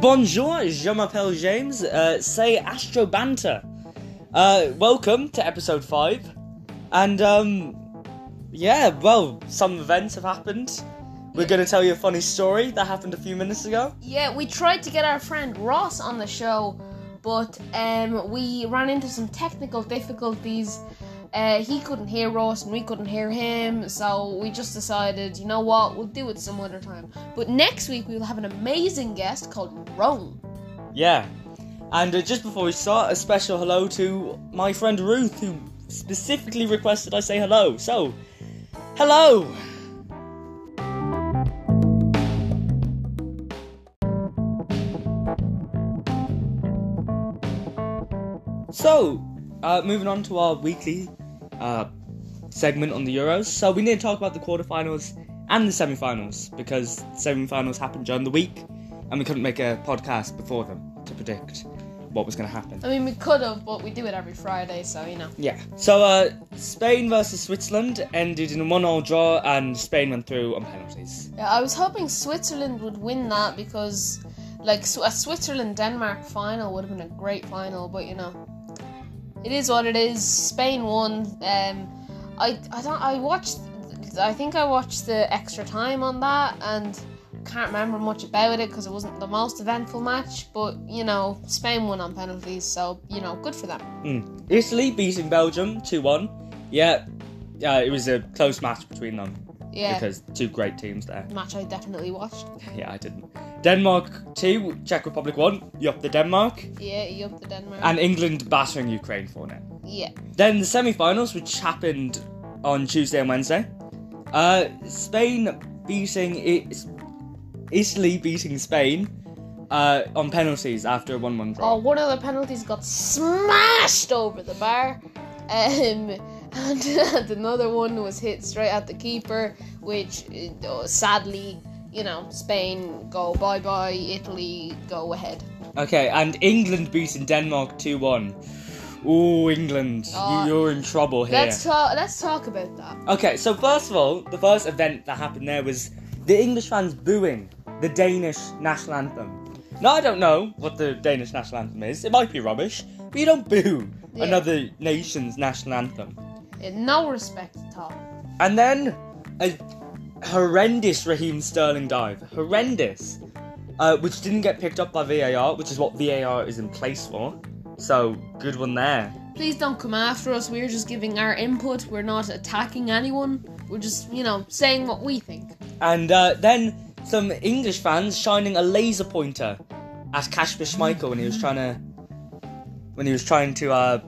bonjour, je m'appelle James. Uh, say Astro Banter. Uh, welcome to episode 5. And, um, yeah, well, some events have happened. We're going to tell you a funny story that happened a few minutes ago. Yeah, we tried to get our friend Ross on the show, but um, we ran into some technical difficulties. Uh, he couldn't hear Ross and we couldn't hear him, so we just decided, you know what, we'll do it some other time. But next week we'll have an amazing guest called Rome. Yeah. And uh, just before we start, a special hello to my friend Ruth, who specifically requested I say hello. So, hello! So, uh, moving on to our weekly uh, segment on the Euros. So, we need to talk about the quarterfinals and the semi finals because semi finals happened during the week and we couldn't make a podcast before them to predict what was going to happen. I mean, we could have, but we do it every Friday, so you know. Yeah. So uh, Spain versus Switzerland ended in a one-all draw, and Spain went through on penalties. Yeah, I was hoping Switzerland would win that because, like, Sw- a Switzerland Denmark final would have been a great final, but you know, it is what it is. Spain won. Um, I I don't. I watched. I think I watched the extra time on that and can't remember much about it because it wasn't the most eventful match. But you know, Spain won on penalties, so you know, good for them. Mm. Italy beating Belgium two-one. Yeah, yeah, it was a close match between them Yeah, because two great teams there. match I definitely watched. Yeah, I didn't. Denmark two, Czech Republic one. Yup, the Denmark Yeah, you up the Denmark. and England battering Ukraine for it. yeah, Then the semi-finals, which happened on Tuesday and Wednesday. Uh, Spain beating it, Italy beating Spain uh, on penalties after a one-one draw. Oh, one of the penalties got smashed over the bar. Um, and, and another one was hit straight at the keeper, which uh, sadly, you know, Spain go bye bye, Italy go ahead. Okay, and England beating Denmark two-one. Ooh, England, Oh, you, you're in trouble here. Let's talk. Let's talk about that. Okay, so first of all, the first event that happened there was the English fans booing the Danish national anthem. Now, I don't know what the Danish national anthem is. It might be rubbish, but you don't boo Yeah. another nation's national anthem. In no respect at all. And then a horrendous Raheem Sterling dive. Horrendous. Uh, which didn't get picked up by VAR, which is what VAR is in place for. So, good one there. Please don't come after us. We're just giving our input. We're not attacking anyone. We're just, you know, saying what we think. And uh, then some English fans shining a laser pointer at Kasper Schmeichel when he was trying to when he was trying to uh,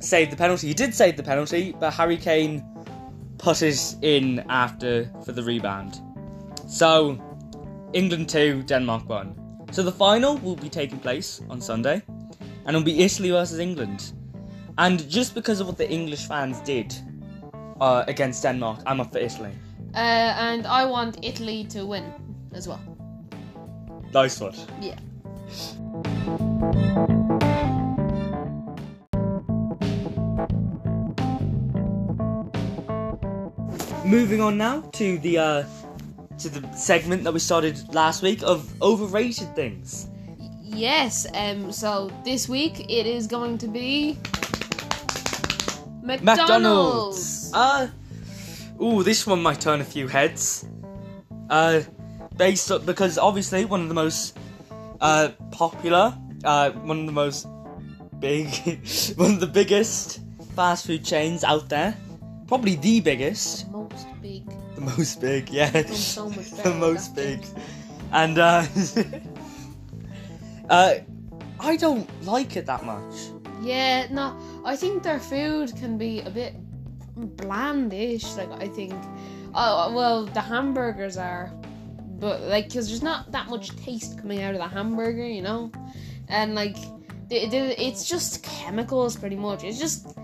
save the penalty. He did save the penalty, but Harry Kane put it in after for the rebound. So England two, Denmark one. So the final will be taking place on Sunday, and it'll be Italy versus England. And just because of what the English fans did uh, against Denmark, I'm up for Italy. Uh, and I want Italy to win as well. Nice one. Yeah. Moving on now to the uh, to the segment that we started last week of overrated things. Yes, um so this week it is going to be McDonald's. McDonald's. Uh ooh, this one might turn a few heads. Uh, based on, because obviously one of the most uh popular, uh one of the most big, one of the biggest fast food chains out there, probably the biggest, Most big. the most big, yeah. so much better the than most that. big. And uh, uh, I don't like it that much. Yeah, no, I think their food can be a bit blandish. Like I think, oh well, the hamburgers are, but like because there's not that much taste coming out of the hamburger, you know, and like the- the- it's just chemicals pretty much. It's just.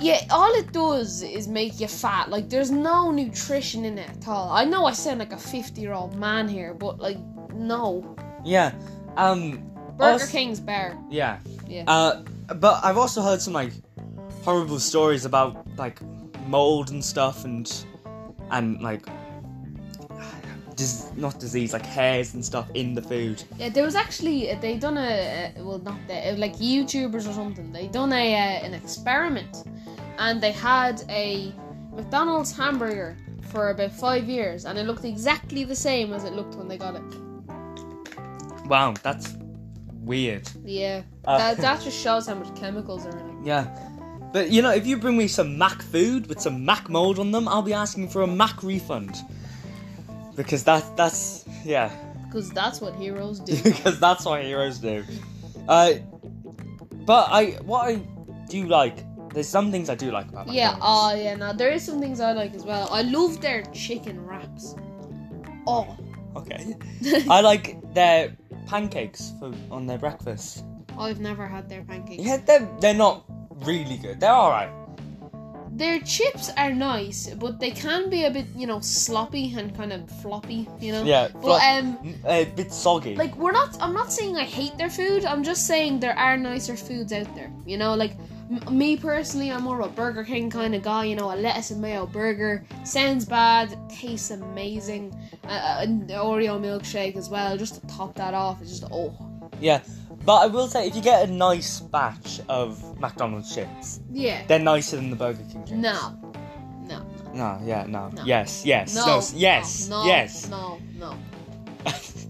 Yeah, all it does is make you fat. Like, there's no nutrition in it at all. I know I sound like a 50 year old man here, but, like, no. Yeah. Um. Burger also- King's better. Yeah. Yeah. Uh, but I've also heard some like horrible stories about like mold and stuff and and like dis- not disease, like hairs and stuff in the food. Yeah, there was actually uh, they done a uh, well not they uh, like YouTubers or something. They done a uh, an experiment, and they had a McDonald's hamburger for about five years, and it looked exactly the same as it looked when they got it. Wow, that's weird. Yeah, Uh, that, that just shows how much chemicals are in it. Yeah. But you know, if you bring me some Mac food with some Mac mold on them, I'll be asking for a Mac refund. Because that that's yeah, Because that's what heroes do. because that's what heroes do. Uh but I what I do like there's some things I do like about yeah, McDonald's. oh yeah. Now there is some things I like as well. I love their chicken wraps. Oh, Okay. I like their pancakes for on their breakfast. I've never had their pancakes. Yeah, they're they're not really good. They're alright. Their chips are nice, but they can be a bit, you know, sloppy and kind of floppy, you know. Yeah, But flop- um, M- A bit soggy. like we're not. I'm not saying I hate their food. I'm just saying there are nicer foods out there. You know, like m- me personally, I'm more of a Burger King kind of guy. You know, a lettuce and mayo burger sounds bad, tastes amazing. Uh, an Oreo milkshake as well, just to top that off. It's just oh, Yeah, but I will say if you get a nice batch of McDonald's chips, yeah. they're nicer than the Burger King chips. No, no, No. Yeah. No. No. Yes. Yes. no, No. s- yes. no, yes. no, no.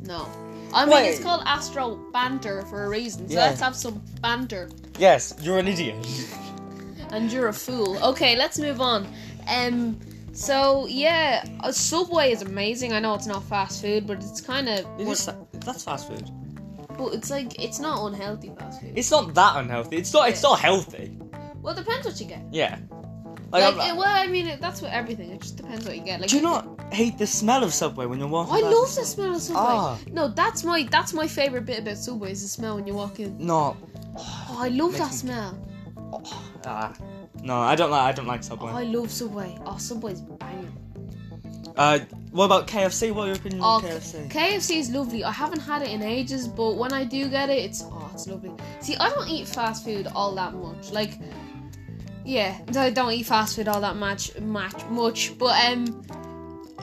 No. I mean, it's Wait. called Astro Banter for a reason. So Yeah. let's have some banter. yes. You're an idiot. And you're a fool. Okay, let's move on. Um, so yeah, uh, Subway is amazing. I know it's not fast food, but it's kind of. It is, that's fast food. But it's like it's not unhealthy fast food. It's not that unhealthy. It's not. It's not healthy. well, it depends what you get. Yeah. Like, I'm- it- well, I mean, it, that's what everything. It just depends what you get. Like, do you not hate the smell of Subway when you're walking? I down love the smell of Subway. Ah. No, that's my that's my favorite bit about Subway is the smell when you walk in. No. Oh, I love Makes that me- smell. Ah. No. I don't like. I don't like Oh, Subway. I love Subway. Oh, Subway's banging. Uh. What about KFC? What are your opinion on Oh, KFC? KFC is lovely. I haven't had it in ages, but when I do get it, it's oh, it's lovely. See, I don't eat fast food all that much. Like, yeah, I don't eat fast food all that much, much, much. But um,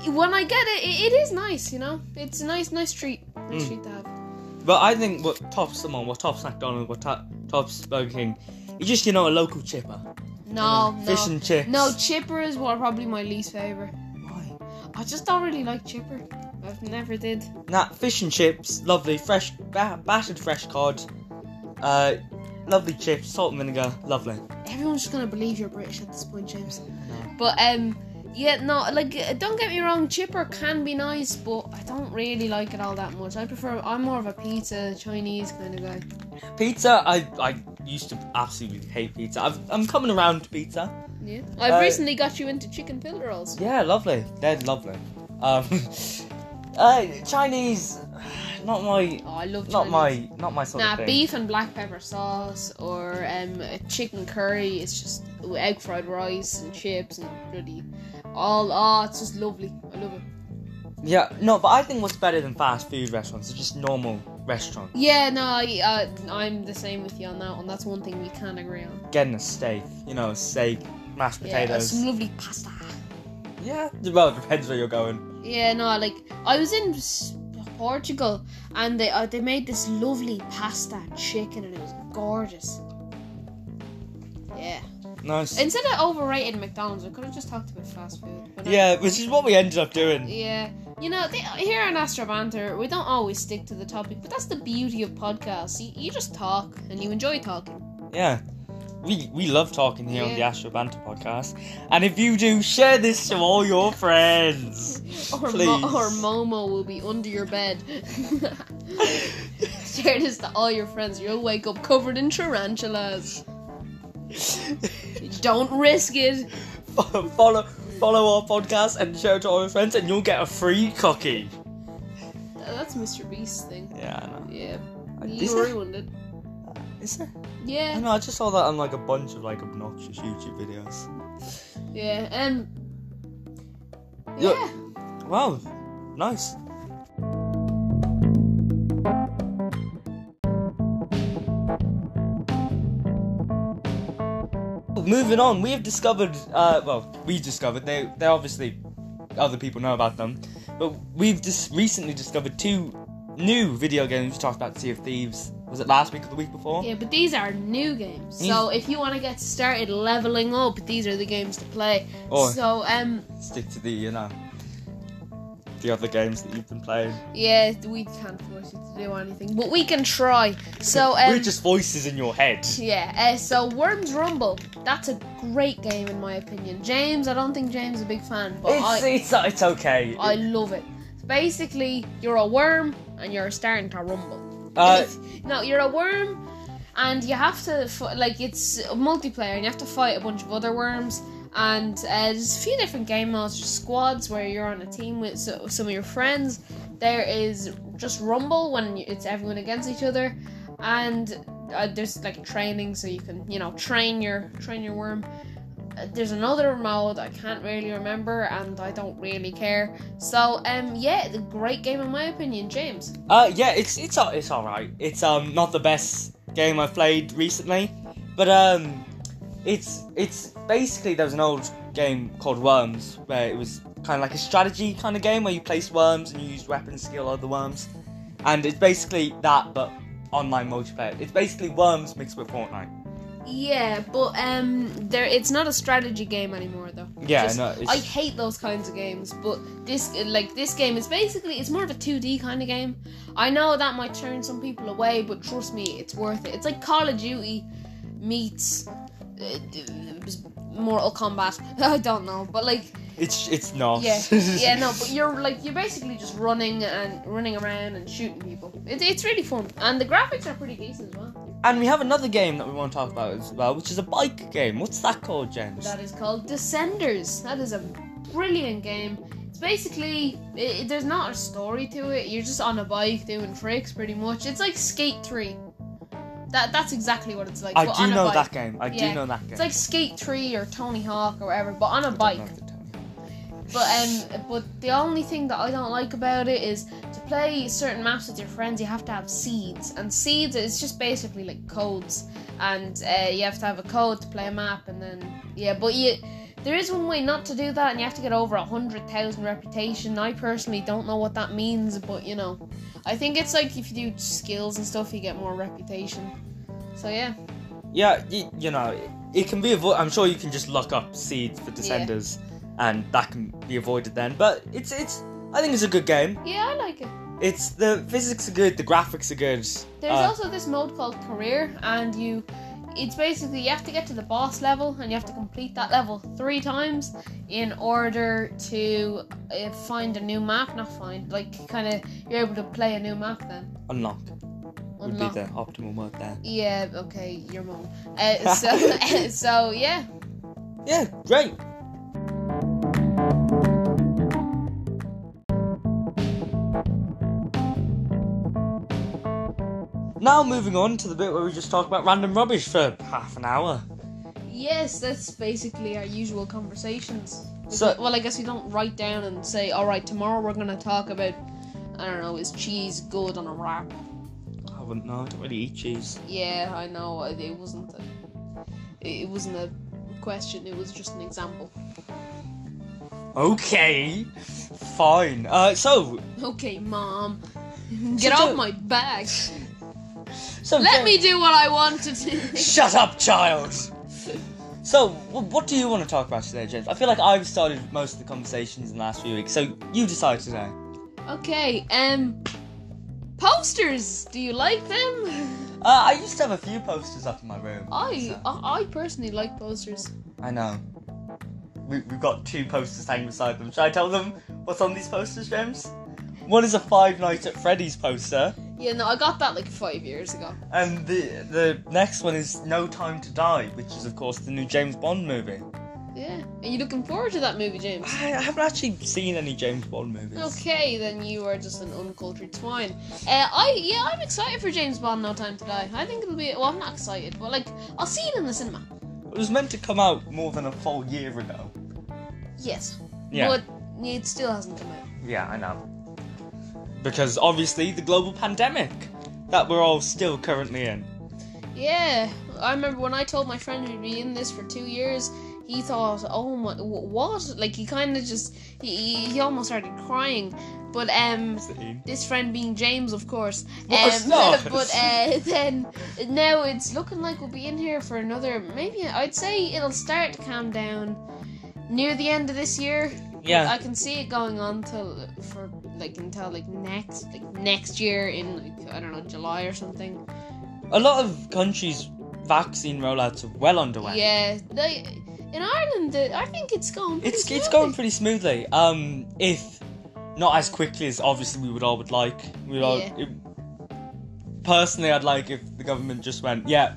when I get it, it, it is nice. You know, it's a nice, nice treat. Nice Mm. treat to have. But I think what tops someone, what tops McDonald's, what to- tops Burger King, is just you know a local chipper. No, no, Fish and chips. no. Chipper is what probably my least favorite. Why? I just don't really like chipper. I've never did. Nah, fish and chips, lovely, fresh, ba- battered fresh cod, uh, lovely chips, salt and vinegar, lovely. everyone's just gonna believe you're British at this point, James. But um, yeah, no, like uh, don't get me wrong, chipper can be nice, but I don't really like it all that much. I prefer I'm more of a pizza Chinese kind of guy. Pizza, I I used to absolutely hate pizza. I've, I'm coming around to pizza. Yeah, I've Uh, recently got you into chicken fillet rolls. Yeah, lovely. They're lovely. Um, uh, Chinese, not my, Oh, I love not Chinese. my, not my sort Nah, of thing. beef and black pepper sauce or um, a chicken curry. It's just with egg fried rice and chips and bloody all. Oh, it's just lovely. I love it. Yeah, no, but I think what's better than fast food restaurants is just normal restaurants. Yeah, no, I, uh, I'm the same with you on that one. That's one thing we can agree on. Getting a steak, you know, steak, mashed Yeah, potatoes. some lovely pasta. yeah, well, it depends where you're going. Yeah, no, like I was in S- Portugal and they uh, they made this lovely pasta and chicken and it was gorgeous. Yeah. Nice. Instead of overrated McDonald's, we could have just talked about fast food. but, uh, yeah, which is what we ended up doing. Yeah. You know, they, here on Astro Banter, we don't always stick to the topic, but that's the beauty of podcasts. You, you just talk and you enjoy talking. Yeah. We, we love talking here on the Yeah. Astro Banter podcast. And if you do, share this to all your friends. Or, Please. Mo- or Momo will be under your bed. Share this to all your friends. You'll wake up covered in tarantulas. Don't risk it. follow follow our podcast and share it to all your friends and you'll get a free cookie. Uh, That's Mr. Beast thing. Yeah, I know. Yeah. Is You there- ruined it. Is there? Oh, I Yeah. know, I just saw that on like a bunch of like obnoxious YouTube videos. Yeah. Um. Yeah. Yeah. Wow, nice. Moving on, we have discovered. Uh, well, we discovered they. They obviously, other people know about them, But we've just recently discovered two new video games we talked about Sea of Thieves. Was it last week or the week before? Yeah, but these are new games. So if you want to get started leveling up, these are the games to play. Oh. So um Stick to the, you know, the other games that you've been playing. yeah, we can't force you to do anything, but we can try. So um We're just voices in your head. yeah, uh, so Worms Rumble, that's a great game in my opinion. James, I don't think James is a big fan, but I It's, it's, it's okay. I love it. Basically, you're a worm and you're starting to rumble. Uh, no, you're a worm and you have to, f- like, it's a multiplayer and you have to fight a bunch of other worms. And uh, there's a few different game modes, just squads where you're on a team with so, some of your friends. There is just rumble when you- it's everyone against each other, and uh, there's like training so you can you know train your train your worm Uh, there's another mode I can't really remember and I don't really care. So um yeah, the great game in my opinion, James. Uh, yeah, it's it's al- it's all right. It's um not the best game I've played recently, but um, it's it's basically there was an old game called Worms where it was kind of like a strategy kind of game where you place worms and you use weapon skill over the worms, and it's basically that but online multiplayer. It's basically Worms mixed with Fortnite. Yeah, but um there it's not a strategy game anymore though. Yeah, Just- no, it's, I hate those kinds of games, but this like this game is basically it's more of a 2D kind of game. I know that might turn some people away, but trust me, it's worth it. It's like Call of Duty meets uh, d- Mortal Kombat. I don't know, but like it's it's not. Yeah, yeah, no, but you're like you're basically just running and running around and shooting people. It, it's really fun, and the graphics are pretty decent as well. And we have another game that we want to talk about as well, which is a bike game. What's that called, James? That is called Descenders. That is a brilliant game. It's basically it, it- there's not a story to it. You're just on a bike doing tricks, pretty much. It's like Skate Three. That that's exactly what it's like. I but do on a know bike. that game. I do Yeah. know that game. It's like Skate Three or Tony Hawk or whatever, but on a I don't bike. know the title. But um, but the only thing that I don't like about it is to play certain maps with your friends, you have to have seeds, and seeds is just basically like codes, and uh, you have to have a code to play a map, and then yeah, but you. There is one way not to do that, and you have to get over a hundred thousand reputation. I personally don't know what that means, but you know, I think it's like if you do skills and stuff, you get more reputation. So yeah, Yeah, you, you know, it, it can be avoided. I'm sure you can just look up seeds for Descenders, and that can be avoided then. But it's it's. I think it's a good game. yeah, I like it. It's the physics are good, the graphics are good. There's Uh, also this mode called career, and you, it's basically you have to get to the boss level, and you have to complete that level three times in order to uh, find a new map. Not find, like kind of you're able to play a new map then. unlock would Unlock. be the optimal word there. Yeah. Okay. Your mom. Uh, so so yeah. Yeah, great. Now moving on to the bit where we just talk about random rubbish for half an hour. Yes, that's basically our usual conversations. We So- don't- well, I guess we don't write down and say, all right, tomorrow we're gonna talk about. I don't know, is cheese good on a wrap? I wouldn't know. I don't really eat cheese. Yeah, I know. It it wasn't. A, it it wasn't a question. It was just an example. Okay, fine. Uh, so, Okay, mom, Shut get off up. my back. so Let Jane- me do what I want to do. shut up, child. So, wh- what do you want to talk about today, James? I feel like I've started most of the conversations in the last few weeks, so you decide today. Okay, um, posters. Do you like them? Uh, I used to have a few posters up in my room. I so- I, I personally like posters. I know. We, we've got two posters hanging beside them. Should I tell them what's on these posters, James? One is a Five Nights at Freddy's poster, Yeah, no, I got that like five years ago. and the the next one is No Time to Die, which is of course the new James Bond movie. Yeah, are you looking forward to that movie, James? I, I haven't actually seen any James Bond movies. Okay, then you are just an uncultured swine. Uh, I yeah, I'm excited for James Bond: No Time to Die. I think it'll be. Well, I'm not excited, but like I'll see it in the cinema. It was meant to come out more than a full year ago. Yes. Yeah. But it still hasn't come out. Yeah, I know. Because obviously the global pandemic that we're all still currently in. Yeah, I remember when I told my friend we'd be in this for two years. he thought, "Oh my, wh- what?" Like he kind of just he, he- he almost started crying. But um, this friend being James, of course. Um, Well, it's not. But uh, then now it's looking like we'll be in here for another. Maybe I'd say it'll start to calm down near the end of this year. Yeah. I can see it going on till for like until like next like next year in like I don't know July or something. A lot of countries' vaccine rollouts are well underway. Yeah, like in Ireland, the, I think it's going. pretty It's it's smoothly. going pretty smoothly. Um, if not as quickly as obviously we would all would like. We would all. Yeah. it- personally, I'd like if the government just went, yeah,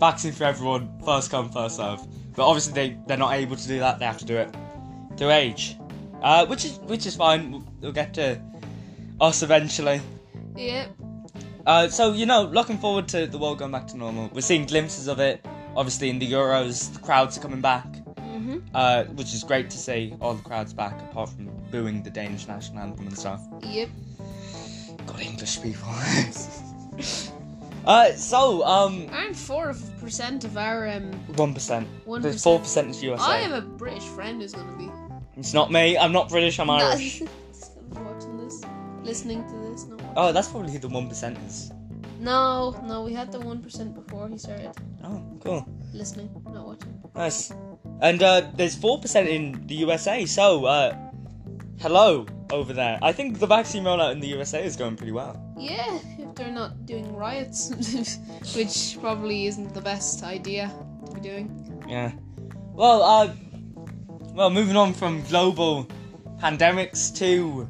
vaccine for everyone, first come, first serve. But obviously they they're not able to do that. They have to do it through age, uh, which is which is fine. We'll, we'll get to us eventually. Yeah, Uh, so you know, looking forward to the world going back to normal. We're seeing glimpses of it. Obviously, in the Euros, the crowds are coming back, hmm uh, which is great to see. All the crowds back, apart from booing the Danish national anthem and stuff. yep. God, English people. uh, so um, Aren't four percent of our um one percent. one There's percent? four percent is USA. I have a British friend who's gonna be. It's not me. I'm not British. I'm Irish. watching this, listening to this. Not watching. Oh, that's probably who the one percent is. No, no, we had the one percent before he started Oh, cool. listening, not watching. Nice. And uh, there's four percent in the USA. So uh, hello over there. I think the vaccine rollout in the USA is going pretty well. Yeah, if they're not doing riots, which probably isn't the best idea to be doing. Yeah. Well, uh, well, moving on from global pandemics to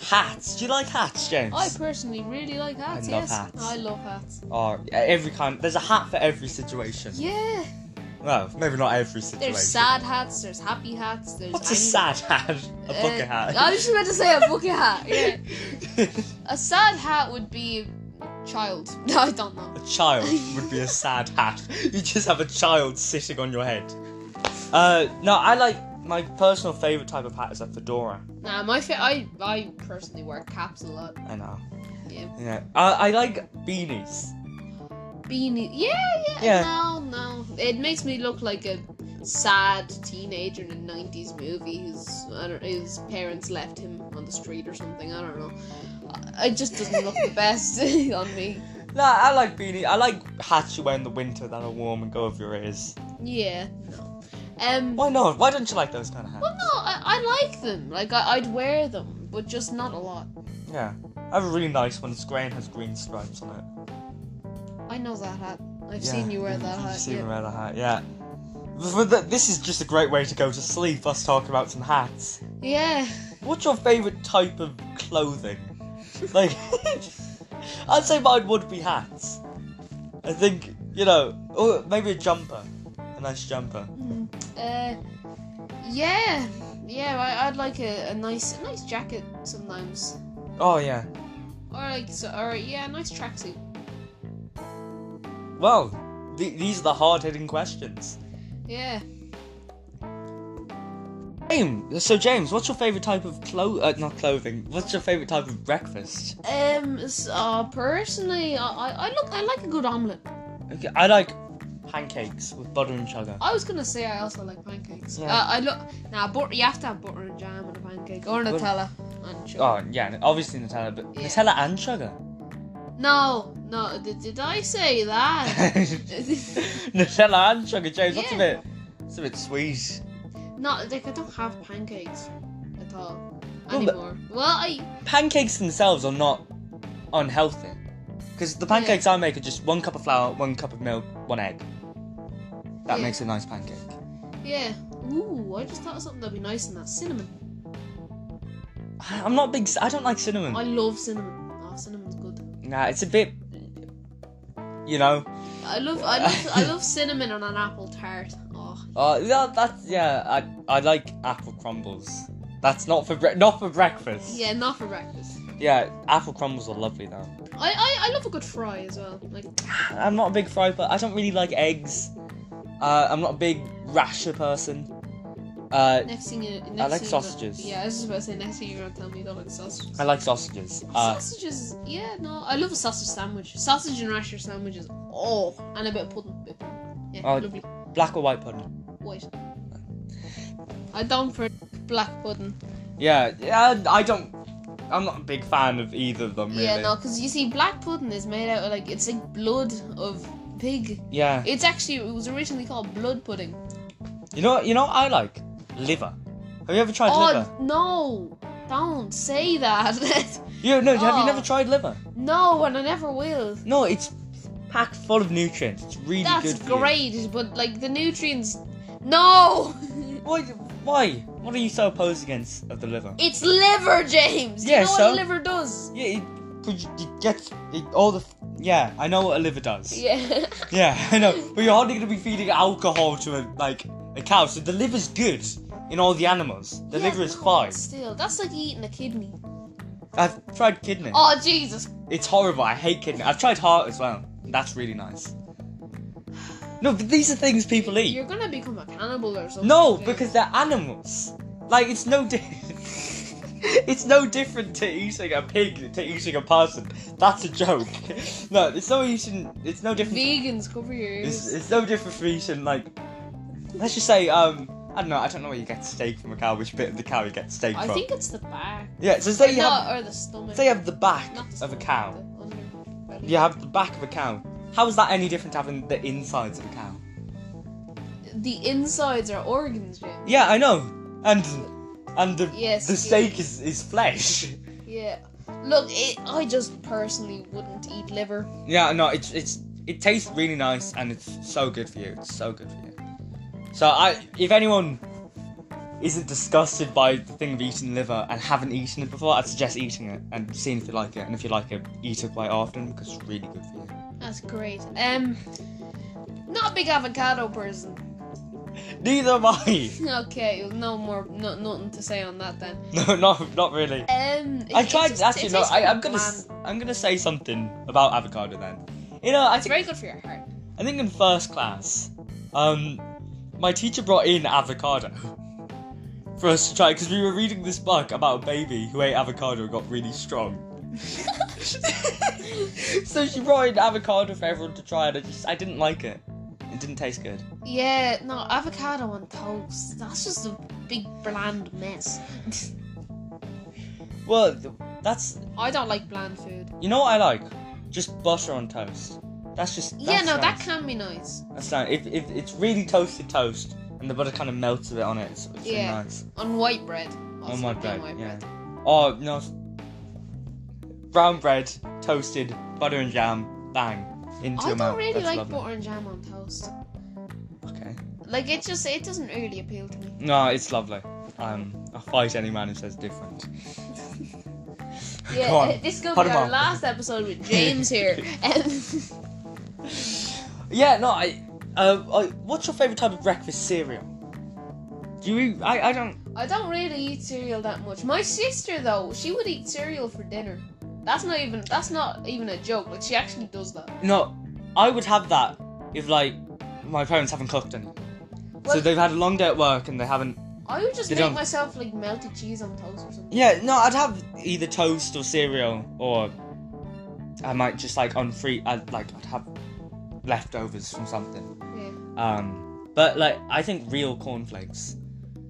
hats. Do you like hats, James? I personally really like hats. love yes, hats. I love hats. Or uh, every kind. There's a hat for every situation. Yeah, Well, maybe not every situation. there's sad hats. There's happy hats. There's What's a ang- sad hat? A uh, bucket hat. I was just about to say a bucket hat. Yeah, a sad hat would be child. No, I don't know. A child would be a sad hat. You just have a child sitting on your head. Uh, no, I like my personal favorite type of hat is a fedora. Nah, my fa- I I personally wear caps a lot. I know. Yeah, Yeah, I, I like beanies. beanie. Yeah, yeah, Yeah. No, no. It makes me look like a sad teenager in a '90s movie whose I don't, his parents left him on the street or something. I don't know. I- It just doesn't look the best on me. No, I like beanie. I like hats you wear in the winter that are warm and go over your ears. Yeah, no. Um, Why not? Why don't you like those kind of hats? well, no, I, I like them. Like I, I'd wear them, but just not a lot. Yeah, I have a really nice one. It's grey and has green stripes on it. I know that hat. I've Yeah, seen you wear that you've hat. seen me yeah. wear that hat. Yeah. But th- This is just a great way to go to sleep. Us talking about some hats. yeah. What's your favourite type of clothing? Like, I'd say mine would be hats. I think, you know, or maybe a jumper. A nice jumper. Uh, yeah, yeah. I, I'd like a, a nice, a nice jacket sometimes, Oh, yeah. or like, so, or yeah, a nice tracksuit. Well, th- these are the hard hitting questions. Yeah. James, so James, what's your favourite type of clo- uh, not clothing, what's your favourite type of breakfast? Um. So personally, I, I, I look, I like a good omelet. Okay, I like pancakes with butter and sugar. I was gonna say I also like pancakes. Yeah. Uh, I look. Nah, but you have to have butter and jam on a pancake or Butter- Nutella and sugar. Oh, yeah, obviously Nutella, but Yeah. Nutella and sugar. No, no. Did, did I say that? Nutella and sugar, James, that's a bit, that's a bit sweet. no, like I don't have pancakes at all Well, but- anymore. Well, I. pancakes themselves are not unhealthy because the pancakes I make are just one cup of flour, one cup of milk, one egg. That Yeah. makes a nice pancake. Yeah. Ooh, I just thought of something that'd be nice in that cinnamon. I- I'm not a big. c- I don't like cinnamon. I love cinnamon. Oh, cinnamon's good. Nah, it's a bit. You know, I love, I love, I love cinnamon on an apple tart. Oh, uh, that, that's yeah. I I like apple crumbles. That's not for bre- not for breakfast. yeah, not for breakfast. Yeah, apple crumbles are lovely though. I, I, I love a good fry as well. Like, I'm not a big fry person. I don't really like eggs. Uh, I'm not a big rasher person. Uh, next thing you, next thing like you know- sausages. yeah, I was just about to say, next thing you're gonna tell me you don't like sausages. I like sausages. Uh, sausages, yeah, no, I love a sausage sandwich. Sausage and rasher sandwiches, oh, and a bit of pudding. bit of pudding. Yeah, Oh, lovely. black or white pudding. white. I don't for black pudding. Yeah, yeah. I don't. I'm not a big fan of either of them. Really. Yeah, no, because you see, black pudding is made out of like it's like blood of pig. Yeah. It's actually it was originally called blood pudding. You know. You know. What I like liver. Have you ever tried liver? Oh no! Don't say that. You no. Have you oh. never tried liver? no, and I never will. No. It's packed full of nutrients. It's really That's good. for you. great, but like the nutrients. No, Why? Why? What are you so opposed against of the liver? it's liver, James. Yeah, you know what so- liver does. Yeah, it, could- it gets it, all the. f- Yeah, I know what a liver does. Yeah. Yeah, I know. But you're hardly going to be feeding alcohol to a like a cow, so the liver's good in all the animals. The Yeah, liver is no, fine. but Still, that's like eating a kidney. I've tried kidney. Oh Jesus! It's horrible. I hate kidney. I've tried heart as well. That's really nice. No, but these are things people eat. You're gonna become a cannibal or something. No, James. because they're animals. Like it's no di- It's no different to eating a pig to eating a person. That's a joke. No, it's no eating. It's no different. vegans cover your ears. It's, it's no different for eating like. Let's just say um I don't know I don't know where you get steak from a cow. Which bit of the cow you get steak I from? think it's the back. Yeah. So say you no, have or the stomach. say you have the back Not the of a stomach, cow. the underbelly. You have the back of a cow. How is that any different to having the insides of a cow? The insides are organs, James. Yeah, I know. And and the Yes, the yes. steak is is flesh. Yeah. Look, it, I just personally wouldn't eat liver. Yeah, no, it's it's it tastes really nice and it's so good for you. It's so good for you. So I, if anyone isn't disgusted by the thing of eating liver and haven't eaten it before, I'd suggest eating it and seeing if you like it. And if you like it, eat it quite often because it's really good for you. That's great. Um, not a big avocado person. Neither am I. Okay, no more, no nothing to say on that then. No, no, not really. Um, I it- it tried just- actually. it No, tastes I, like I'm gonna s- I'm gonna say something about avocado then. You know, I It's think very good for your heart. I think in first class, um, my teacher brought in avocado for us to try because we were reading this book about a baby who ate avocado and got really strong. so she brought in avocado for everyone to try, and I just I didn't like it. It didn't taste good. Yeah, no avocado on toast. That's just a big bland mess. Well, th- that's I don't like bland food. you know what I like, just butter on toast. That's just yeah, that's no, that nice. can be nice. that's nice. If, if it's really toasted toast and the butter kind of melts a bit on it, it's, it's really Yeah. nice. On white bread. Oh Also my being bread, yeah. Oh no, s- brown bread, toasted, butter and jam, bang, into I your don't mouth. really That's like lovely. butter and jam on toast. Okay. Like it just it doesn't really appeal to me. No, it's lovely. Um, I fight any man who says different. Yeah, Go on. this is gonna Put be 'em our on. last episode with James here. Um, Yeah, no, I. Uh, I what's your favorite type of breakfast cereal? Do you? eat- I I don't. I don't really eat cereal that much. My sister though, she would eat cereal for dinner. That's not even that's not even a joke. Like she actually does that. No, I would have that if like my parents haven't cooked any. so Well- they've had a long day at work and they haven't I would just They make don't- myself like melted cheese on toast or something. Yeah, no, I'd have either toast or cereal, or I might just like on free. I'd like I'd have leftovers from something. Yeah. Um, but like I think real cornflakes,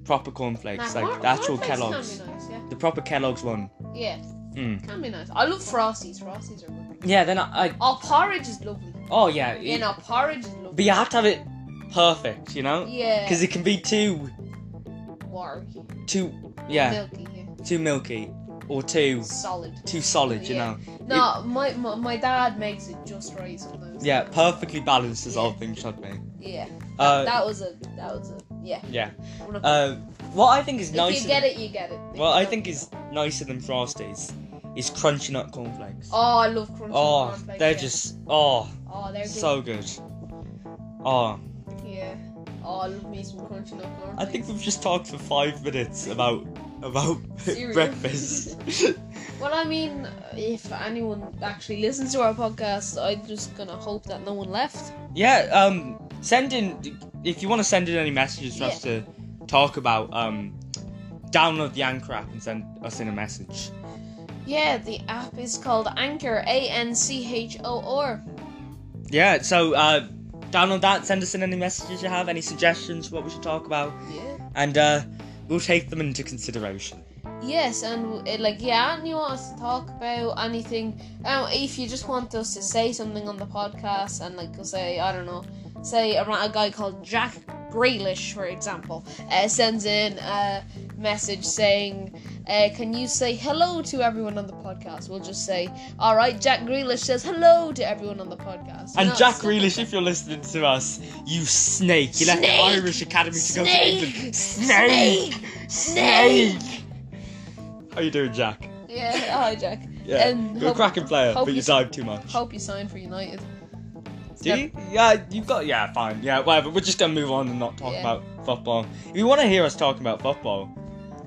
proper cornflakes, Nah, like corn- the actual cornflakes Kellogg's, Can be nice, yeah. the proper Kellogg's one. Yeah, Mm. can be nice. I love frosties. Frosties are good. Yeah, then I, I Oh, porridge is lovely. oh yeah, Yeah, it- no, porridge is lovely. but you have to have it perfect, you know, Yeah. because it can be too watery, too yeah milky, yeah. too milky or too solid. too solid, you Yeah. know. No, my, my my dad makes it just right sometimes. Yeah, perfectly balanced as Yeah. all things should be. Yeah. Uh, that was a that was a yeah. yeah. One of- Uh, what I think is if nicer. you get it, you get it. If well, you I don't, think you is don't. nicer than Frosties is crunchy nut cornflakes. Oh, I love crunchy Oh, cornflakes, they're yeah. just oh Oh, they're good. so good. Oh, Yeah. Oh, I love me some crunchy nut cornflakes. I think we've just talked for five minutes about about Cereal. breakfast. Well, I mean, if anyone actually listens to our podcast, I'm just gonna hope that no one left. yeah. Um, send in if you want to send in any messages for us to talk about. Um, download the Anchor app and send us in a message. Yeah, the app is called Anchor, A N C H O R. Yeah. So uh, down on that. Send us in any messages you have, any suggestions for what we should talk about, Yeah. and uh, we'll take them into consideration. Yes, and uh, like yeah, and you want us to talk about anything? Um, if you just want us to say something on the podcast, and like say I don't know, say a, ra- a guy called Jack Grealish, for example, uh, sends in a message saying, uh, "Can you say hello to everyone on the podcast?" We'll just say, "All right, Jack Grealish says hello to everyone on the podcast." And Not Jack stuff like Grealish, that. if you're listening to us, you snake! You left the Snake! Irish Academy to go to Snake! England. Snake! Snake! How you doing, Jack? Yeah, hi Jack. Yeah, Um, you're a hope- cracking player, hope but you you- dive too much. Hope you sign for United. Do you? Yeah, you've got. Yeah, fine. Yeah, whatever. We're just gonna move on and not talk Yeah. about football. If you want to hear us talking about football,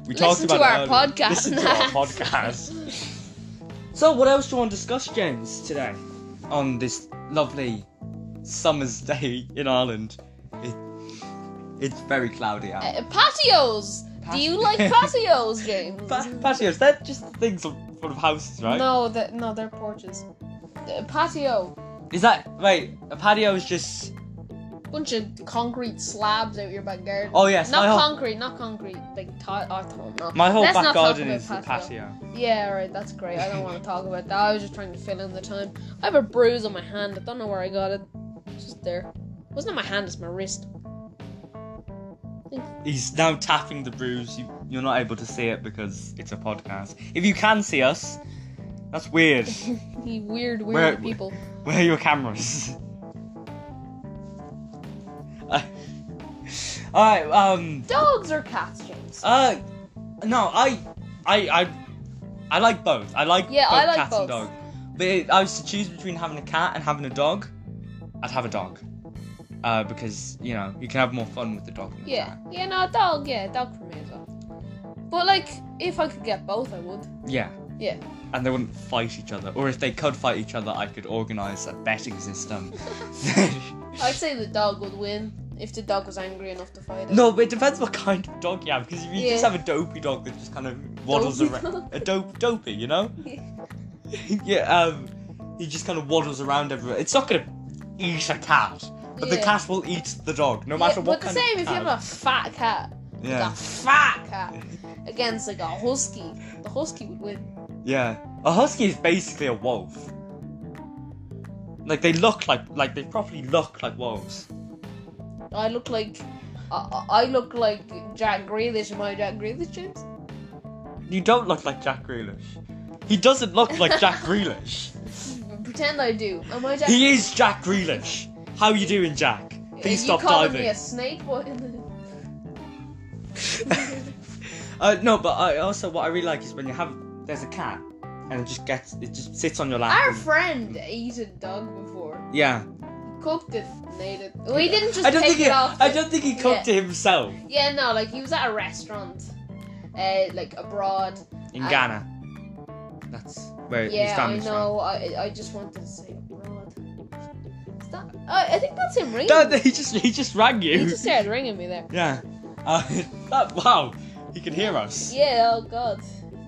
we talked Listen about to our it earlier. podcast. Listen to our podcast. so, what else do you want to discuss, James, today on this lovely summer's day in Ireland? It, it's very cloudy out. Uh, patios. Do you like patios, James? Pa- patios, they're just things in front of houses, right? No, that no, they're porches. Uh, patio, Is that wait? A patio is just. bunch of concrete slabs out your back garden. Oh yes, not my whole concrete, not concrete. Like ti- oh, I don't know. my whole Let's back not talk garden about is a patio. Yeah, right. That's great. I don't want to talk about that. I was just trying to fill in the time. I have a bruise on my hand. I don't know where I got it. It's just there. It wasn't on my hand. It's my wrist. He's now tapping the bruise. You, you're not able to see it because it's a podcast. If you can see us, that's weird. You weird, weird Where- people. Where are your cameras? Uh, Alright, um. Dogs or cats, James? Uh. No, I. I. I. I like both. I like Yeah, both I like cats and both. dog. But if I was to choose between having a cat and having a dog, I'd have a dog. Uh, because, you know, you can have more fun with the dog than the Yeah, cat. yeah, no, dog, yeah, dog for me as well. But like, if I could get both, I would. Yeah. Yeah. and they wouldn't fight each other. Or if they could fight each other, I could organise a betting system. I'd say the dog would win if the dog was angry enough to fight. it. no, but it depends what kind of dog you have. Because if you just Yeah. have a dopey dog that just kind of waddles Dopey around, dog. a dope dopey, you know, Yeah. yeah, um, he just kind of waddles around everywhere. It's not gonna eat a cat, but the Yeah. cat will eat the dog, no Yeah, matter what But kind the same of if you cat. have a fat cat, like a yeah, fat cat, against like a husky, the husky would win. yeah, a husky is basically a wolf. Like they look like like they properly look like wolves. I look like. I, I look like Jack Grealish. Am I Jack Grealish, James? You don't look like Jack Grealish. He doesn't look like Jack Grealish. Pretend I do. Am I Jack? Mm-hmm. He is Jack Grealish. How you doing, Jack? Please you stop calling diving. me a snake boy? uh, no, but I also what I really like is when you have there's a cat and it just gets it just sits on your lap. Our and- friend ate a dog before. yeah. cooked it, made it. We didn't just I don't take think it he, off. I the- don't think he cooked it himself Yeah, no, like he was at a restaurant, uh, like abroad. in I- Ghana. That's where his yeah, I family's know. I I just wanted to say abroad. Is that? I, I think that's him ringing. from. No, he just he just rang you. he just started ringing me there. Yeah. Uh, that, wow. He can hear us. Yeah. Oh God.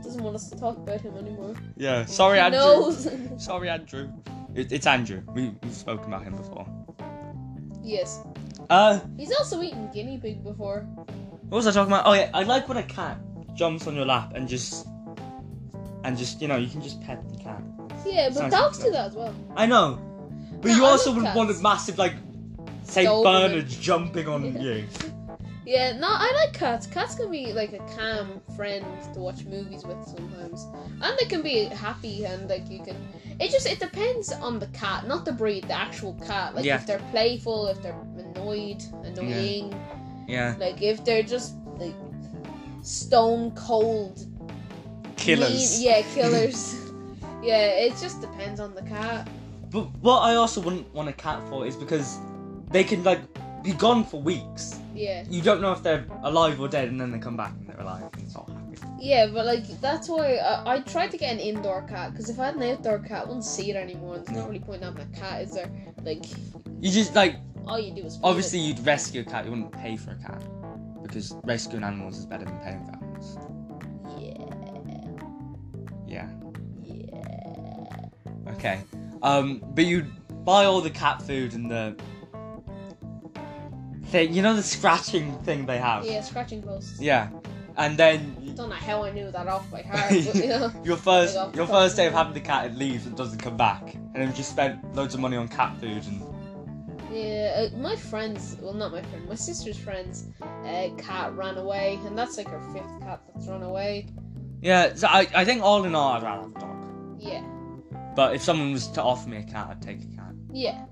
Doesn't want us to talk about him anymore. Oh, Yeah. Sorry, he Andrew. knows. Sorry, Andrew. It, it's Andrew. We, we've spoken about him before. yes. Uh, He's also eaten guinea pig before. what was I talking about? Oh yeah, I like when a cat jumps on your lap and just and just you know you can just pet the cat. Yeah, but Sounds dogs like do that as well. I know, but No, you I also love wouldn't cats. want a massive like Saint Doberman. Bernard jumping on Yeah. you. Yeah, no, I like cats. Cats can be like a calm friend to watch movies with sometimes, and they can be happy and like you can. It just it depends on the cat, not the breed, the actual cat. Like Yeah. if they're playful, if they're annoyed, annoying, Yeah, like if they're just like stone cold killers. mean- yeah, killers. yeah, it just depends on the cat. But what I also wouldn't want a cat for is because they can like be gone for weeks. Yeah, You don't know if they're alive or dead, and then they come back and they're alive and it's all happy. yeah, but like that's why I, I tried to get an indoor cat because if I had an outdoor cat, I wouldn't see it anymore. There's not really point in having a cat, is there? Like. You just like All you do is feed Obviously, it. you'd rescue a cat. You wouldn't pay for a cat because rescuing animals is better than paying for animals. Yeah. Yeah, yeah. Okay. Um, but you'd buy all the cat food and the thing. You know the scratching thing they have. Yeah, scratching posts. Yeah. And then Don't know how I knew that off by heart, but yeah. your first Like off the your top. first day of having the cat, it leaves, it doesn't come back, and then you just spent loads of money on cat food and Yeah, uh, my friends, well, not my friend, my sister's friend's uh, cat ran away, and that's like her fifth cat that's run away. yeah. So I, I think all in all, I'd rather have a dog. Yeah, But if someone was to offer me a cat, I'd take a cat. yeah.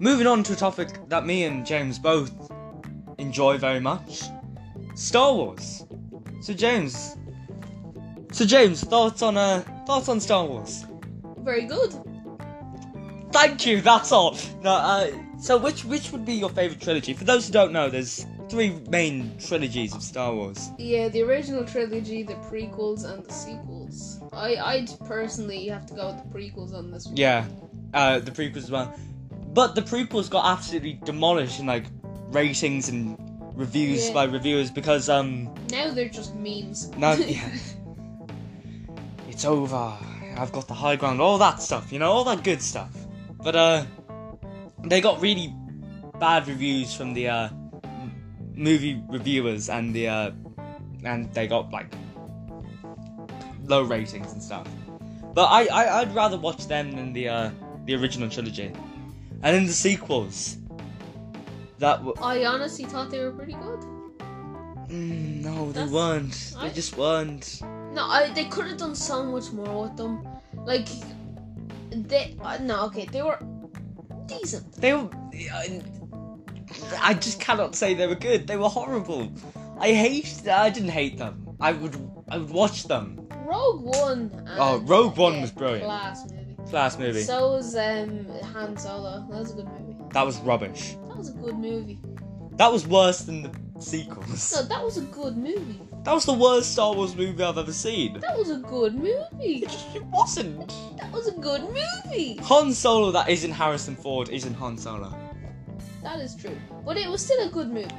Moving on to a topic that me and James both enjoy very much: Star Wars. So James, so James, thoughts on uh thoughts on Star Wars? Very good. Thank you. That's all. No. Uh, so which which would be your favorite trilogy? For those who don't know, there's three main trilogies of Star Wars. Yeah, the original trilogy, the prequels, and the sequels. I, I'd personally have to go with the prequels on this one. Yeah. Uh, the prequels as well. But the prequels got absolutely demolished in like ratings and reviews Yeah. by reviewers because um Now they're just memes. now yeah, it's over. I've got the high ground. All that stuff, you know, all that good stuff. But uh, they got really bad reviews from the uh, m- movie reviewers and the uh, and they got like low ratings and stuff. But I, I I'd rather watch them than the uh, the original trilogy, and then the sequels. That were I honestly thought they were pretty good. mm, no, they That's- weren't. They I- just weren't. No, I, they could have done so much more with them. Like, they. Uh, no, okay, they were decent. They were. I, I just cannot say they were good. They were horrible. I hated. I didn't hate them. I would. I would watch them. Rogue One. And, Oh, Rogue One yeah, was brilliant. Class movie. Class movie. So was um, Han Solo. That was a good movie. that was rubbish. That was a good movie. That was worse than the sequels. No, that was a good movie. That was the worst Star Wars movie I've ever seen. That was a good movie. It just it wasn't. That was a good movie. Han Solo that isn't Harrison Ford isn't Han Solo. That is true. But it was still a good movie.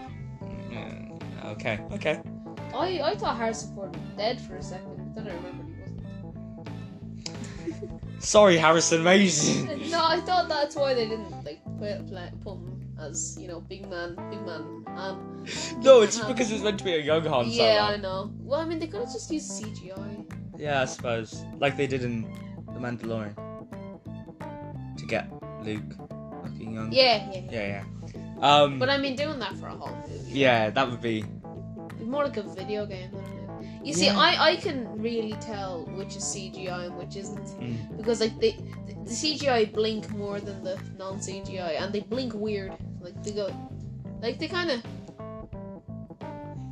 Mm, okay. Okay. I, I thought Harrison Ford was dead for a second, but then I remembered he wasn't. Sorry, Harrison Mason. No, I thought that's why they didn't like put pla- put him as you know big man, big man. Um, no, it's just because it was meant to be a young Han Solo. yeah, I know. Well, I mean, they could have just used CGI. Yeah, I suppose. Like they did in The Mandalorian. To get Luke fucking young. Yeah, yeah. yeah. Yeah, yeah. Um, But I mean, doing that for a whole movie, yeah, that would be. It'd be more like a video game. Than a movie. You see, Yeah. I, I can really tell which is CGI and which isn't Mm. because like they, the the CGI blink more than the non CGI, and they blink weird. Like they go, like they kind of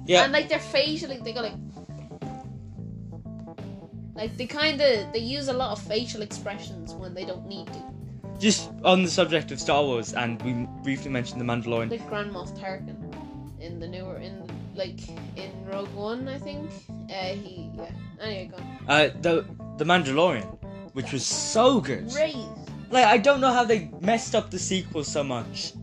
Yeah. And like their facial, like they go like, like they kind of they use a lot of facial expressions when they don't need to. Just on the subject of Star Wars, and we briefly mentioned The Mandalorian. Like Grand Moff Tarkin in the newer in like in Rogue One, I think. Uh, he yeah. Anyway, go on. Uh, the The Mandalorian, which was so good. Great. Like I don't know how they messed up the sequel so much.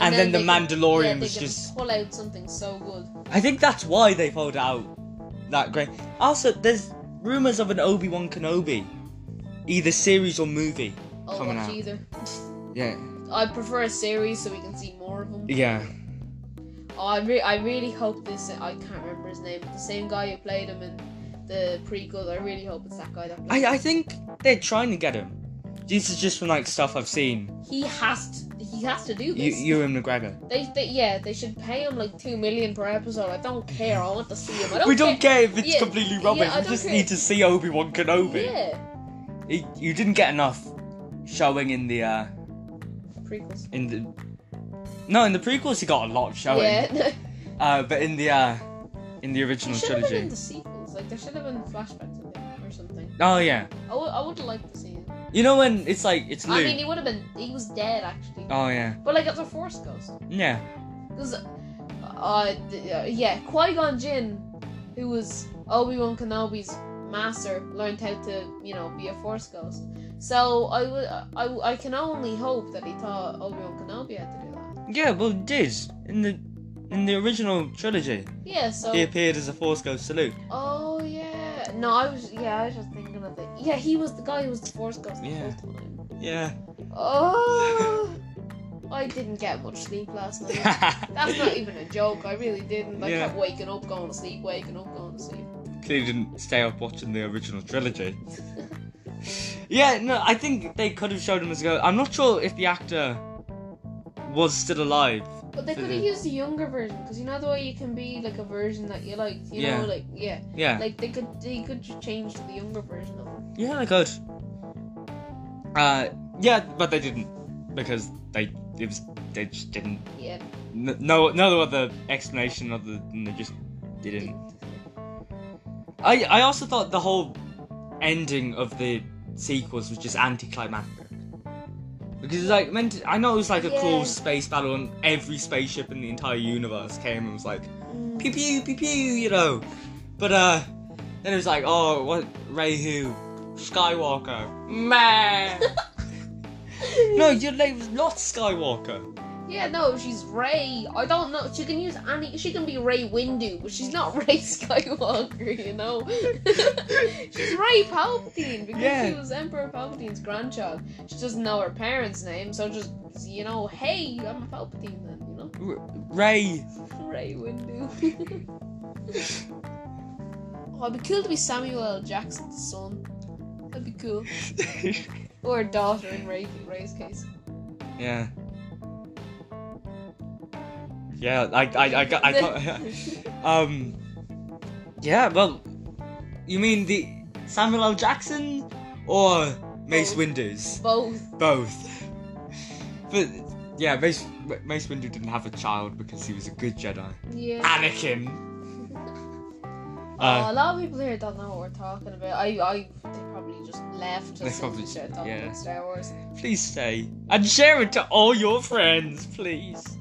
And, then, they The can- Mandalorian yeah, they was can just pull out something so good. I think that's why they pulled out that great. Also, there's rumors of an Obi Wan Kenobi, either series or movie. I'll Coming watch out. either. Yeah. I prefer a series so we can see more of them. Yeah. Oh, I, re- I really hope this. I can't remember his name, but the same guy who played him in the prequel. I really hope it's that guy that played. I, him. I think they're trying to get him. This is just from like stuff I've seen. He has to. He has to do You, this. Ewan McGregor. They, they, yeah, they should pay him like two million per episode. I don't care. I want to see him. I don't we don't care. care if it's Yeah, completely yeah, rubbish. I we don't just care. need to see Obi Wan Kenobi. Yeah, He- you didn't get enough showing in the uh prequels. in the. No, in the prequels he got a lot of showing. yeah, Uh, but in the uh in the he original should have trilogy. been in the sequels. Like there should have been flashbacks of him or something. Oh yeah. I would, I would like to see him. You know when it's like it's Luke. I mean, he would have been. He was dead actually. Oh yeah, But like, it's a Force ghost. yeah. Because, uh, th- uh, yeah, Qui Gon Jinn, who was Obi Wan Kenobi's master, learned how to, you know, be a Force ghost. So I would, I, w- I can only hope that he taught Obi Wan Kenobi how to do that. Yeah, well, it did in the in the original trilogy. Yeah. So. He appeared as a Force Ghost to Luke. Oh yeah. No, I was. Yeah, I was just thinking of it. Yeah, he was the guy who was the Force ghost the Yeah. whole time. Yeah, Oh. I didn't get much sleep last night. That's not even a joke. I really didn't. I Yeah. kept waking up, going to sleep, waking up, going to sleep. Clearly didn't stay up watching the original trilogy. yeah, no, I think they could have showed him as a girl. I'm not sure if the actor was still alive. But they could have Mhm. used a younger version because you know the way you can be like a version that you like. You Yeah. know, like yeah, Yeah. like they could they could ju- change to the younger version of him. Yeah, they could. Uh, yeah, but they didn't because they it was they just didn't. Yeah, n- No, no other explanation other than they just didn't. I I also thought the whole ending of the sequels was just anticlimactic because it's like meant. to- I know it was like a Yeah. cool space battle and every spaceship in the entire universe came and was like pew pew pew pew, you know. But uh, then it was like, oh, what Ray who, Skywalker, meh. no, your name was not Skywalker. Yeah, no, she's Ray. I don't know. She can use any. She can be Ray Windu, but she's not Ray Skywalker. You know, she's Ray Palpatine because Yeah. she was Emperor Palpatine's grandchild. She doesn't know her parents' name, so just you know, hey, I'm a Palpatine then. You know, Ray. Ray Windu. oh, it'd be cool to be Samuel L. Jackson's son. That'd be cool. Or daughter in Ray Ray's case. yeah. Yeah, I, I, I, got, I got, um, yeah. Well, you mean the Samuel L. Jackson or Mace Both. Windu's? Both. Both. But yeah, Mace Mace Windu didn't have a child because he was a good Jedi. Yeah. Anakin. Oh, Ah, Uh, a lot of people here don't know what we're talking about. I, I, they probably just left. They us and probably- shit talking yeah. about Star Wars. please stay and share it to all your friends, please.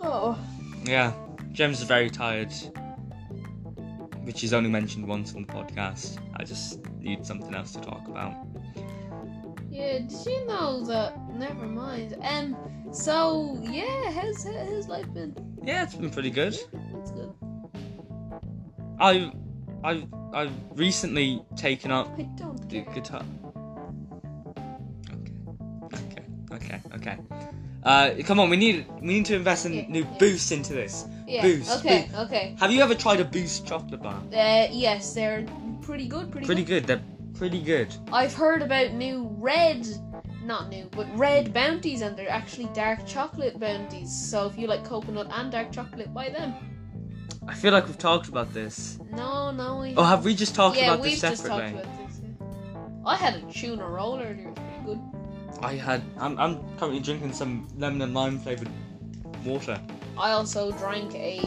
Oh, Yeah, James is very tired, which is only mentioned once on the podcast. I just need something else to talk about. yeah. Did you know that? Never mind. Um. So yeah, how's how- how's life been? Yeah, it's been pretty good. That's good. I, I, I've recently taken up I don't the care. guitar. Okay, okay, okay, okay. Uh, come on, we need we need to invest in Yeah, new yeah. boost into this. Yeah. boost, Okay. Okay. Have you ever tried a boost chocolate bar? Uh, yes, they're pretty good. Pretty, Pretty good. good. They're pretty good. I've heard about new red, not new, but red bounties, and they're actually dark chocolate bounties. So if you like coconut and dark chocolate, buy them. I feel like we've talked about this. No, no. We Oh, have we just talked yeah, about we've this just separately? talked about this. Yeah. I had a tuna roll earlier. It's pretty good. I had. I'm, I'm currently drinking some lemon and lime flavored water. I also drank a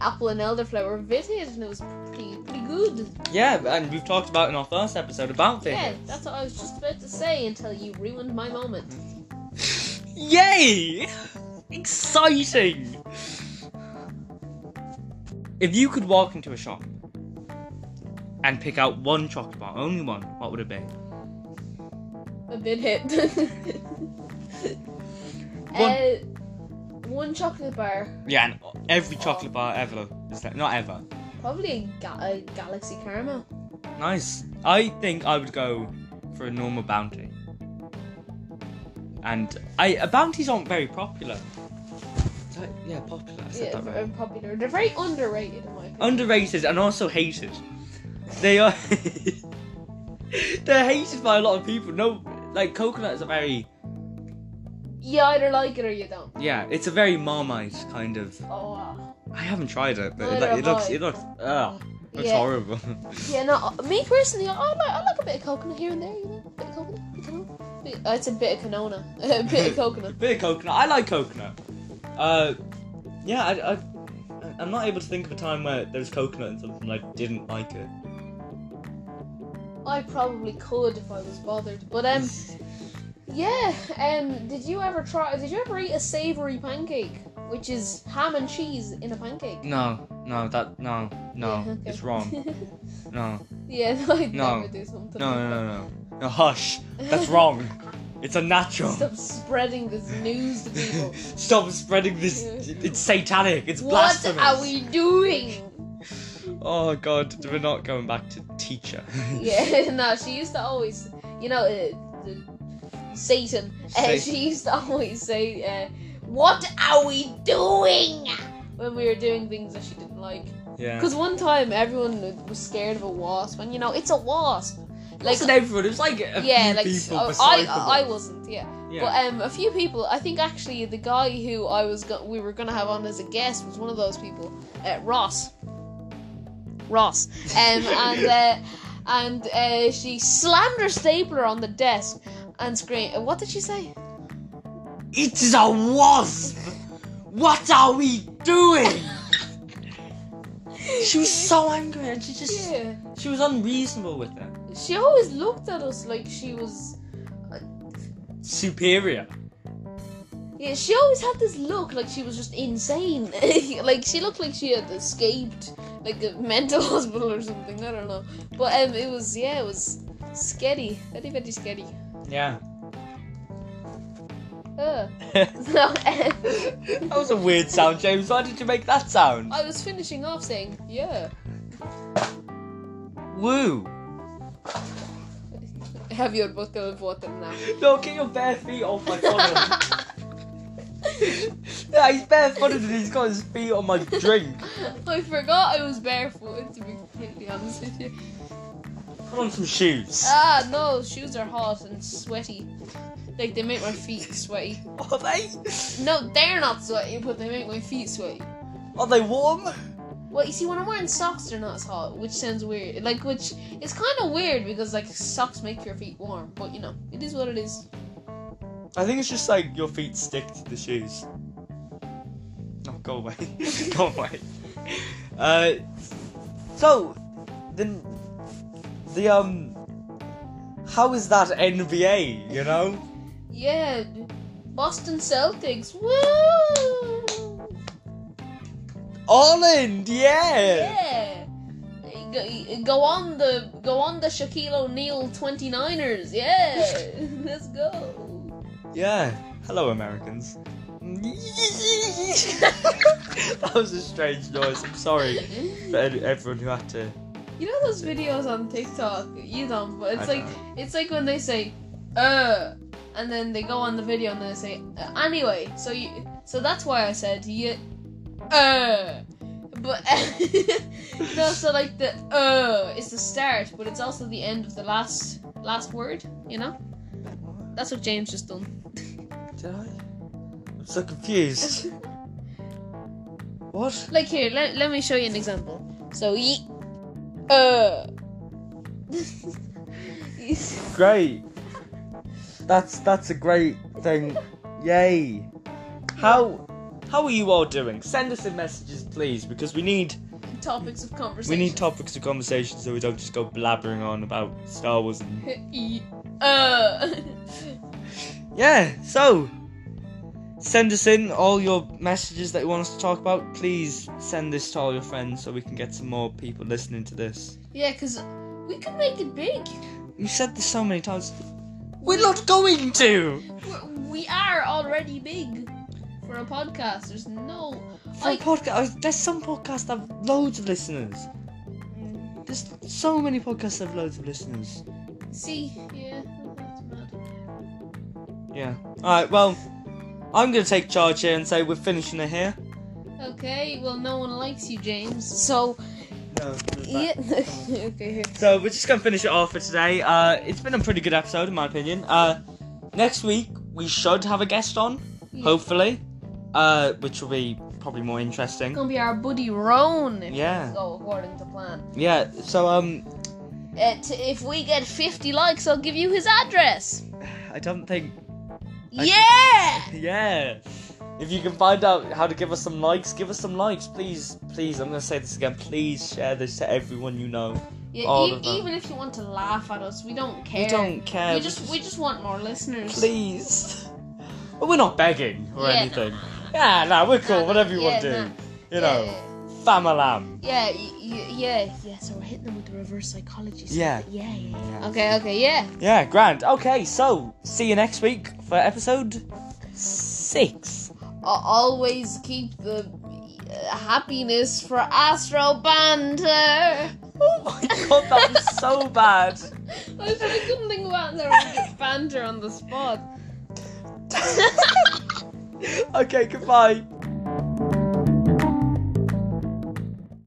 apple and elderflower vitit, and it was pretty pretty good. Yeah, and we've talked about in our first episode about this. Yeah, that's what I was just about to say until you ruined my moment. Yay! Exciting! If you could walk into a shop and pick out one chocolate bar, only one, what would it be? A bit hit. Uh, one chocolate bar, Yeah, and every chocolate bar ever is that not ever. probably a, ga- a galaxy caramel. Nice. I think I would go for a normal bounty. And I uh, bounties aren't very popular. Is that- yeah, popular. I said Yeah, that right. very popular. They're very underrated in my opinion. underrated and also hated. They are they're hated by a lot of people. No, like coconut is a very you either like it or you don't. yeah, it's a very marmite kind of. Oh. wow. I haven't tried it, but it, Neither like, it have looks I. it looks ugh, looks Yeah. horrible. Yeah, no, uh, me personally, I like, I like a bit of coconut here and there, you know? A bit of coconut, a bit of canola. Bit- uh, it's a bit of canona. a bit of coconut. Bit of coconut. I like coconut. Uh, yeah, I, I I'm not able to think of a time where there was coconut in something and I didn't like it. I probably could if I was bothered. But, um, yeah, um, did you ever try, did you ever eat a savoury pancake? Which is ham and cheese in a pancake. No, no, that no, Mm, no, Yeah, okay. it's wrong. No, yeah, no, I'd No. never do something. no, like no, that. no, no. No, hush. That's wrong. It's unnatural. Stop spreading this news to people. Stop spreading this. It's satanic. It's what blasphemous. are we doing? Oh god, we're not going back to teacher. Yeah, no, she used to always you know, uh, the, Satan. Uh, Satan. she used to always say, uh, "What are we doing?" when we were doing things that she didn't like. Yeah. Because one time everyone was scared of a wasp, and you know, it's a wasp. Like, Wasn't everyone? It was like a yeah, few like oh, uh, people I, beside them. I, I wasn't. Yeah. yeah. But um, a few people. I think actually the guy who I was go- we were gonna have on as a guest was one of those people, uh, Ross. Ross, um, and uh, and uh, she slammed her stapler on the desk and screamed. What did she say? It is a wasp! What are we doing? she was so angry and she just. Yeah. She was unreasonable with it. She always looked at us like she was. Superior. Yeah, she always had this look like she was just insane. like she looked like she had escaped like a mental hospital or something. I don't know. But um, it was yeah, it was scary. Very very scary. Yeah. Uh. that No, was a weird sound, James. Why did you make that sound? I was finishing off saying yeah. Woo! Have your bottle of water now. No, get your bare feet off my collar. yeah, he's barefooted and he's got his feet on my drink. I forgot I was barefoot. To be completely honest with you. Put on some shoes. Ah no, shoes are hot and sweaty. Like they make my feet sweaty. Are they? No, they're not sweaty, but they make my feet sweaty. Are they warm? Well, you see, when I'm wearing socks, they're not as hot, which sounds weird. Like, which is kind of weird because like socks make your feet warm, but you know, it is what it is. I think it's just like your feet stick to the shoes. Oh, go away. go away. Uh, so, the, the, um, how is that NBA, you know? Yeah, Boston Celtics. Woo! Ireland, yeah! Yeah. Go, go on the go on the Shaquille O'Neal 29ers. Yeah. Let's go. Yeah. Hello, Americans. that was a strange noise. I'm sorry for any- everyone who had to. You know those videos on TikTok? You don't, but it's I like don't it's like when they say, uh, and then they go on the video and then they say, uh, anyway. So you, so that's why I said you, uh, but no. So like the uh is the start, but it's also the end of the last last word. You know, that's what James just done. Did I? I'm so confused. What? Like here, let, let me show you an example. So ye, uh. Great. That's that's a great thing. Yay. How how are you all doing? Send us in messages please because we need topics of conversation. we need topics of conversation so we don't just go blabbering on about Star Wars and Ye- uh. Yeah, so send us in all your messages that you want us to talk about. Please send this to all your friends so we can get some more people listening to this. yeah, because we could make it big. You said this so many times. We're not going to We're, we are already big for a podcast. There's no. for Like, podcast. oh, There's some podcasts that have loads of listeners. There's so many podcasts that have loads of listeners. see, yeah, that's mad. Yeah. Alright, well, I'm gonna take charge here and say we're finishing it here. Okay, well, no one likes you, James. So, No, yeah. okay, here. So we're just gonna finish it off for today. Uh, it's been a pretty good episode in my opinion. Uh, next week we should have a guest on, Yeah. hopefully. Uh, which will be probably more It's interesting. gonna be our buddy Roan if Yeah. things go according to plan. Yeah, so um Uh, t- if we get 50 likes, I'll give you his address. I don't think I- yeah! Yeah. If you can find out how to give us some likes, give us some likes, please, please, I'm gonna say this again, please share this to everyone you know. Yeah, All e- of them. even if you want to laugh at us, we don't care. We don't care. We just we just want more listeners. please. Well, we're not begging or Yeah, anything. Yeah, nah, we're cool, Nah, whatever you yeah, want to do. nah. You know. Famalam. Yeah, yeah, y- y- yeah, yeah. So we're hitting them with the reverse psychology. stuff. Yeah. yeah, yeah. Yeah. yeah. Okay, okay, yeah. Yeah, grand. Okay, so see you next week for episode six. A- always keep the uh, happiness for Astro Banter. Oh my god, that was so bad. I really couldn't think about that banter on the spot. okay, goodbye.